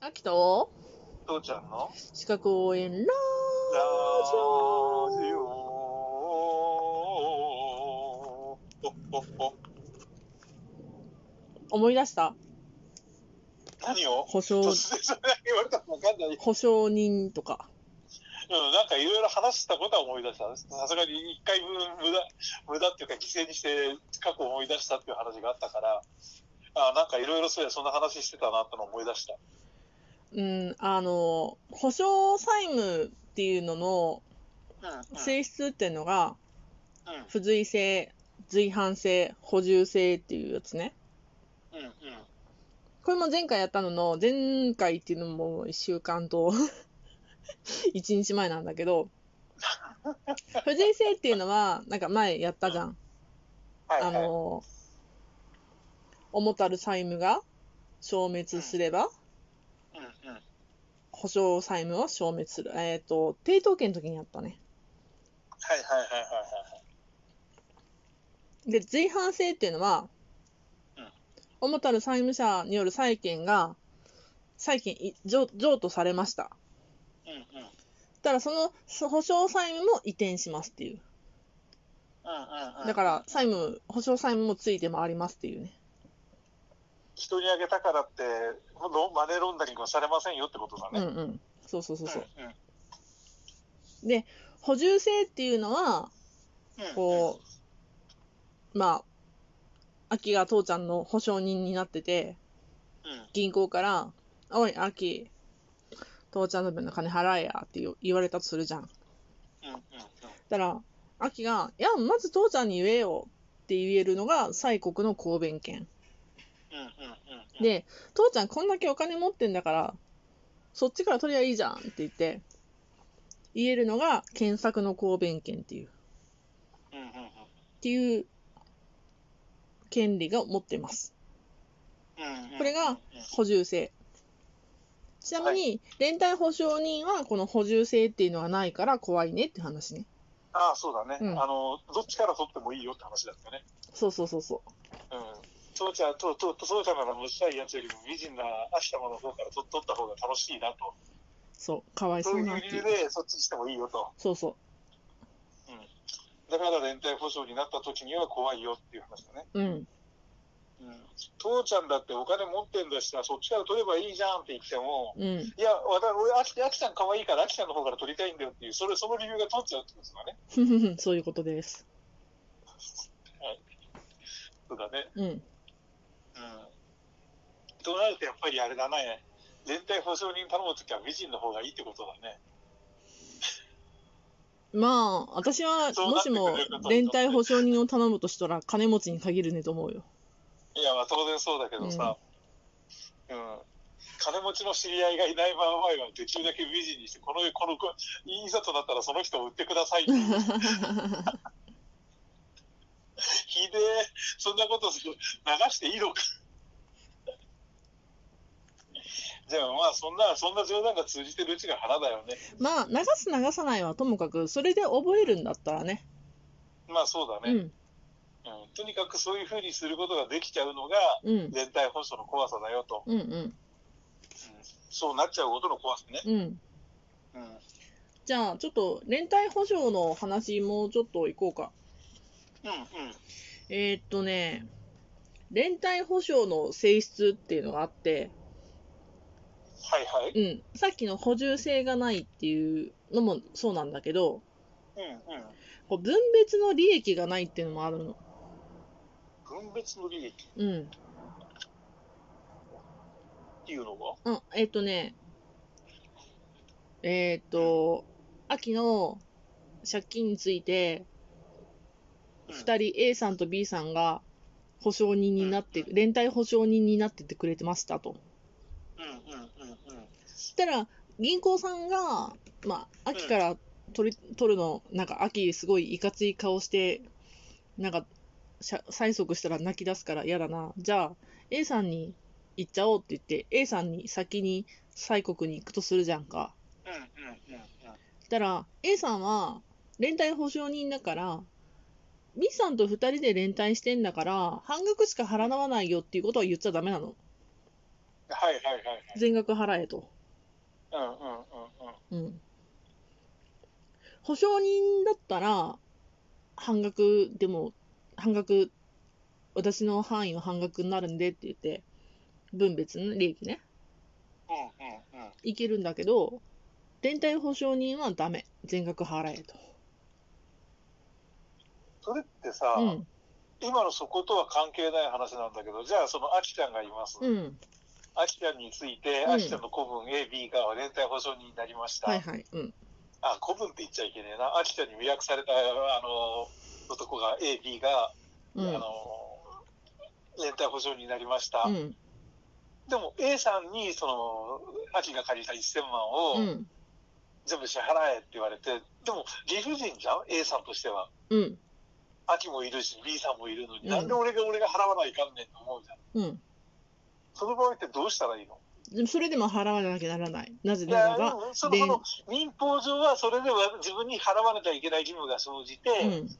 秋と父ちゃんの四角応援ラジラジオオおおお思い出した何を保証、突然それ言われたらわかんない。うん、保証人とか。なんかいろいろ話したことは思い出した。さすがに一回分無駄、無駄っていうか犠牲にして過去思い出したっていう話があったから、あなんかいろいろそうや、そんな話してたなってのを思い出した。うん、あの、保証債務っていうののうん、うん、性質っていうのが、うん付随性、随伴性、補充性っていうやつね。、うん、うん。これも前回やったのの、前回っていうのも1週間と 1日前なんだけ ど、付随性っていうのは、なんか前やったじゃん。はい、あはい。の、重たる債務が消滅すれば、うん、うん。保証債務は消滅する。えっ、と、抵当権の時にやったね。はい、はい、はい、はい。で、随伴性っていうのはうん、重たる債務者による債権が、債権い譲譲渡されました。うん、うん、うん、ただ、そのそ保証債務も移転しますっていう。うん、うん。だから、債務、保証債務もついて回りますっていうね。人にあげたからって、ロマネーロンダリングはされませんよってことだうんね。うん。そうそうそうそう。うんうん補充性っていうのは、うんこう、まあ、秋が父ちゃんの保証人になってて、うん、うん、銀行から、おい、秋、父ちゃんの分の金払えやって言う言われたとするじゃん。うん、うん、だから、秋が、いや、まず父ちゃんに言えよって言えるのが、西国の公弁権。うん、うん、うん、うん、で、父ちゃんこんだけお金持ってんだから、そっちから取りゃいいじゃんって言って、言えるのが、検索の公弁権っていう、っうん、うん、うん。ていう、権利が持ってます。これが補充性。ちなみに、連帯保証人はこの補充性っていうのはないから怖いねって話ね。ああ、そうだね、うんあの、どっちから取ってもいいよって話だったね。そうそうそうそう。うん。父ちゃん、と、と、と、そうちゃんならむしたいやつよりも美人な秋玉の方から取取った方が楽しいなと。そう、かわいそそうういなっうて理い由う。でそっちにしてもいいよと。そうそだから連帯保証になった時には怖いよっていう話だね。う。うん。うん。父ちゃんだってお金持ってんだしさ、そっちから取ればいいじゃんって言っても、うん。 いや、私、俺、アキアキちゃん可愛いから、アキちゃんの方から撮りたいんだよっていう、それ、その理由が通っちゃうってことですかね。ふふふそういうことです。そうだね。うん。うん。となると、やっぱりあれだね。連帯保証人頼むときは美人の方がいいってことだね。まあ、私は、もしも連帯保証人を頼むとしたら、金持ちに限るねと思うよ。いや、まあ、当然そうだけどさ、うん。金持ちの知り合いがいない場合は、できるだけ美人にして、この、この、いざとなったらその人を売ってくださいっていう。ひでえ、そんなことする流していいのか。じゃあまあそんな、そんな冗談が通じてるうちが腹だよね。まあ、流す流さないはともかく、それで覚えるんだったらね。まあそうだうね。ん。うんとにかくそういうふうにすることができちゃうのが、うん。連帯保証の怖さだよと。うんうん。そうなっちゃうことの怖さね。うん。うん。じゃあ、ちょっと、連帯保証の話、もうちょっといこうか。うんうん。えーっとね、連帯保証の性質っていうのがあって、はいはい。うん、さっきの補充性がないっていうのもそうなんだけど、うんうん。こう分別の利益がないっていうのもあるの。分別の利益うん。っていうのがあえーっとね、えーっと、秋の借金について、うん2人 A さんと B さんが保証人になって、連帯保証人になっててくれてましたと。うんうんうんうん。したら銀行さんが、まあ、秋から取り、取るのなんか秋すごいいかつい顔してなんかしゃ催促したら泣き出すから嫌だなじゃあ A さんに行っちゃおうって言って A さんに先に催告に行くとするじゃんかうんうんうんうん。したら A さんは連帯保証人だから B さんと2人で連帯してんだから半額しか払わないよっていうことは言っちゃダメなのはいはいはいはい。全額払えと。うんうんうんうん。うん。保証人だったら、半額でも、半額、私の範囲は半額になるんでって言って、分別の利益ね、うんうんうん。いけるんだけど、連帯保証人はダメ。全額払えと。それってさ、うん。今のそことは関係ない話なんだけど、じゃあそのアキちゃんがいます。うん。アキちゃんについて、うんアキちゃんの子分 A、B が連帯保証人になりました。はいはい。うん。あ、子分って言っちゃいけねえな。アキちゃんに予約された、あの、男が A、B が、うん。あの、連帯保証人になりました。うん。でも A さんに、その、アキが借りた1000万を、うん。全部支払えって言われて、でも理不尽じゃん ?A さんとしては。うん。秋もいるし、B さんもいるのうんに、なんで俺が俺が払わないかんねんと思うじゃん。うん。その場合ってどうしたらいいのでもそれでも払わなきゃならない。なぜいなやらば、、そのでその民法上はそれでは自分に払わなきゃいけない義務が生じて、うん。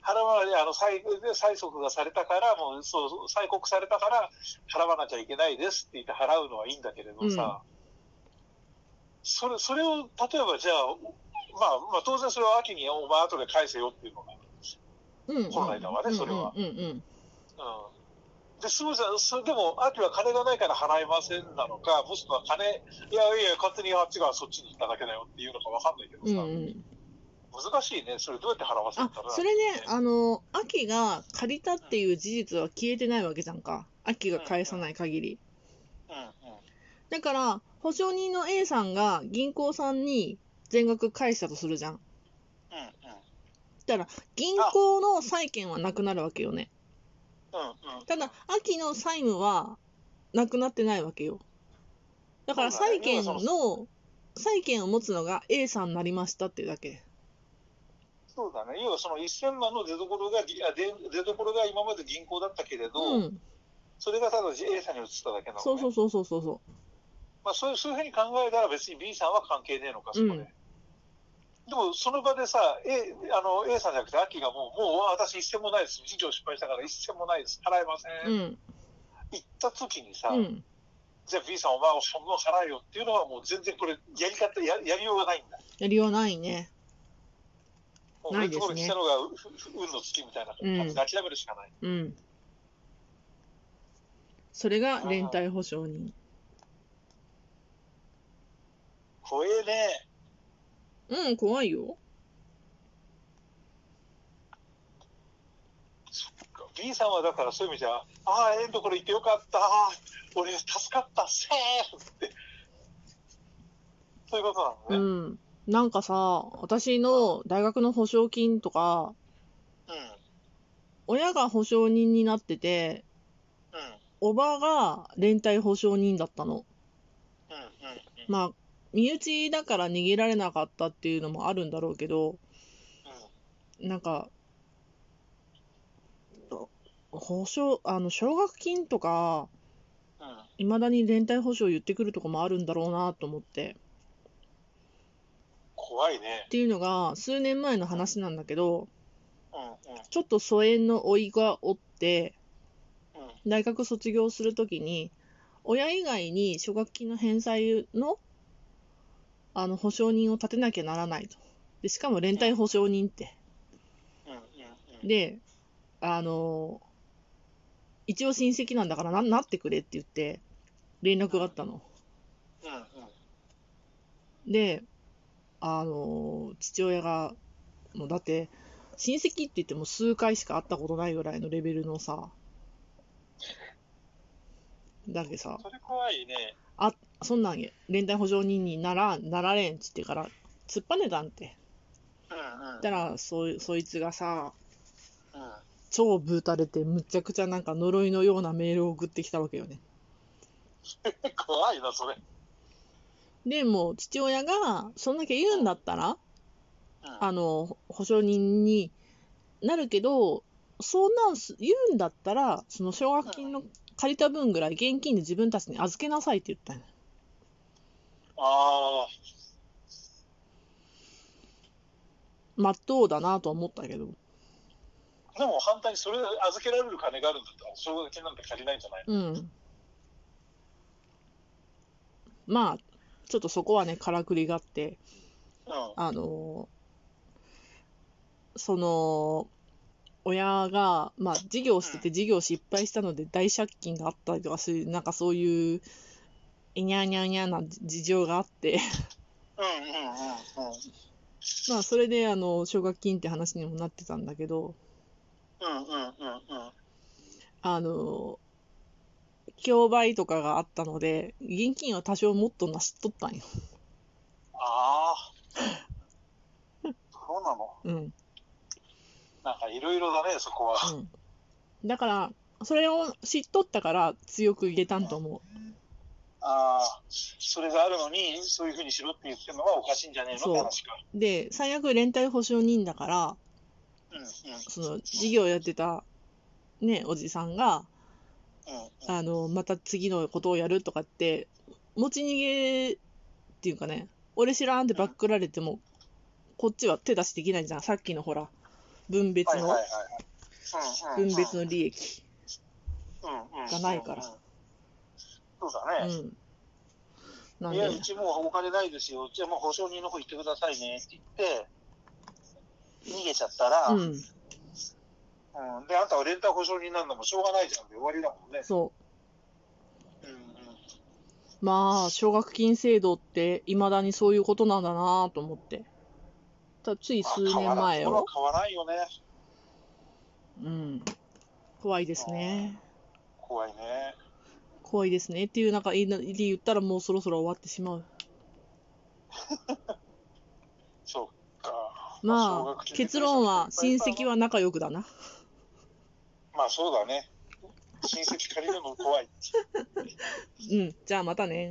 払わない、あの、催催促がされたから、もう、そう、催告されたから、払わなきゃいけないですって言って払うのはいいんだけれどさ、それ、それを、例えばじゃあ、まあ、まあ、当然それは秋に、お前後で返せよっていうのが、うん。本来だわねそれはうん。うん。うんうんで、そうじゃん、それでも、秋は金がないから払えませんなのか、もしくは金、いやいや、勝手にあっちがそっちに行っただけだよっていうのかわかんないけどうさ、ん。うん。難しいね、それどうやって払わせあたら。それね、あの、秋が借りたっていう事実は消えてないわけじゃんか。秋が返さない限り。うんうん。だから、保証人の A さんが銀行さんに全額返したとするじゃん。うんうん。銀行の債権はなくなるわけよね。うんうん。ただ、秋の債務はなくなってないわけよ。だから、そうだね債権要はその、債権を持つのが A さんになりましたっていうだけ。そうだね。要はその1000万の出所が、ぎあで出所が今まで銀行だったけれど、うん。それがただ A さんに移っただけなの、ね。そうそうそうそうそうそまあ、そういうそういうふうに考えたら別に B さんは関係ねえのか、そこで。うんでも、その場でさ、A, あの A さんじゃなくて、アキがもう、もう私一銭もないです。事業失敗したから一銭もないです。払えませ。う。うんん。言った時にさ、うん。じゃあ B さんお前を半分払えよっていうのはもう全然これ、やり方や、やりようがないんだ。やりようないね。もうな俺いのですとこねろに来たのがうう運の尽きみたいな感じで諦めるしかない。うん。それが連帯保証人。怖えね。うん、怖いよ。 B さんはだからそういう意味じゃ、ああ、ええところ行ってよかった。俺助かった。セーフって。そういうことなのね。うん。なんかさ、私の大学の保証金とか、うん親が保証人になってて、うんうんおばが連帯保証人だったの。うんうんまあ、身内だから逃げられなかったっていうのもあるんだろうけど、なんか、保証、あの、奨学金とか、うんうんいまだに連帯保証言ってくるとこもあるんだろうなと思って。怖いねっ。ていうのが数年前の話なんだけどうんうんちょっと疎遠の甥がおってうん大学卒業するときに親以外に奨学金の返済のあの保証人を立てなきゃならないとでしかも連帯保証人ってうんうんうん。であの一応親戚なんだからななってくれって言って連絡があったのうんうんで、あの父親が、もうだって、親戚って言っても数回しか会ったことないぐらいのレベルのさ、だけどさ、それ怖いね。そんなん連帯保証人にならん、なられんっつってから、突っぱねたんって。うんうんだから、そい、そいつがさ、うん超ぶーたれて、むちゃくちゃなんか呪いのようなメールを送ってきたわけよね。怖いな、それ。で、もう父親が、そんだけ言うんだったら、うんあの保証人になるけど、そんなんす言うんだったら、その奨学金の借りた分ぐらい現金で自分たちに預けなさいって言ったの。あまっとうだなと思ったけど、ーでも反対にそれ預けられる金があるんだったら、奨学金なんて借りないんじゃないうん。まあ、ちょっとそこはね、からくりがあって、うん。あのーその、親が、まあ、事業してて事業失敗したので大借金があったりとかする、なんかそういう、いにゃにゃにゃな事情があって、 うんうんうんうん。まあ、それで、あの、奨学金って話にもなってたんだけど、うんうんうんうん。あの、競売とかがあったので、現金は多少持っとんな知っとったんよ。ああ。そうなのうん。うん。なんかいろいろだね、そこは。だから、それを知っとったから強く言えたんと思ああ、それがあるのに、そういうふうにしろって言ってるのはおかしいんじゃねえのっそうて話か。う。で、最悪連帯保証人だから、うんうんその事業やってた、ね、おじさんが、うんうん。あの、また次のことをやるとかって、持ち逃げっていうかね、俺知らんってバックられても、こっちは手出しできないじゃん。さっきのほら、分別はいはいのはい、はい。うんうんうん分別の利益。がないからうんうんうんそうだね。うん。なんいや、でう、ちもうお金ないですよ。じゃあもう保証人の方行ってくださいねって言って、逃げちゃったら、ううんん、で、あんたは連帯保証人なんだもんしょうがないじゃんで終わりだもんね。そうんうん。う。まあ、奨学金制度って、いまだにそういうことなんだなと思って。ただついまあ数年前変わらをん。これは買わないよね。うん。怖いですね。怖いね。怖いですね。っていう、なんか、いいなで言ったらもうそろそろ終わってしまう。そっか。奨まあ学、金結論は、親戚。は仲良くだな。まあそうだね。親戚借りるの怖い。うん。じゃあまたね。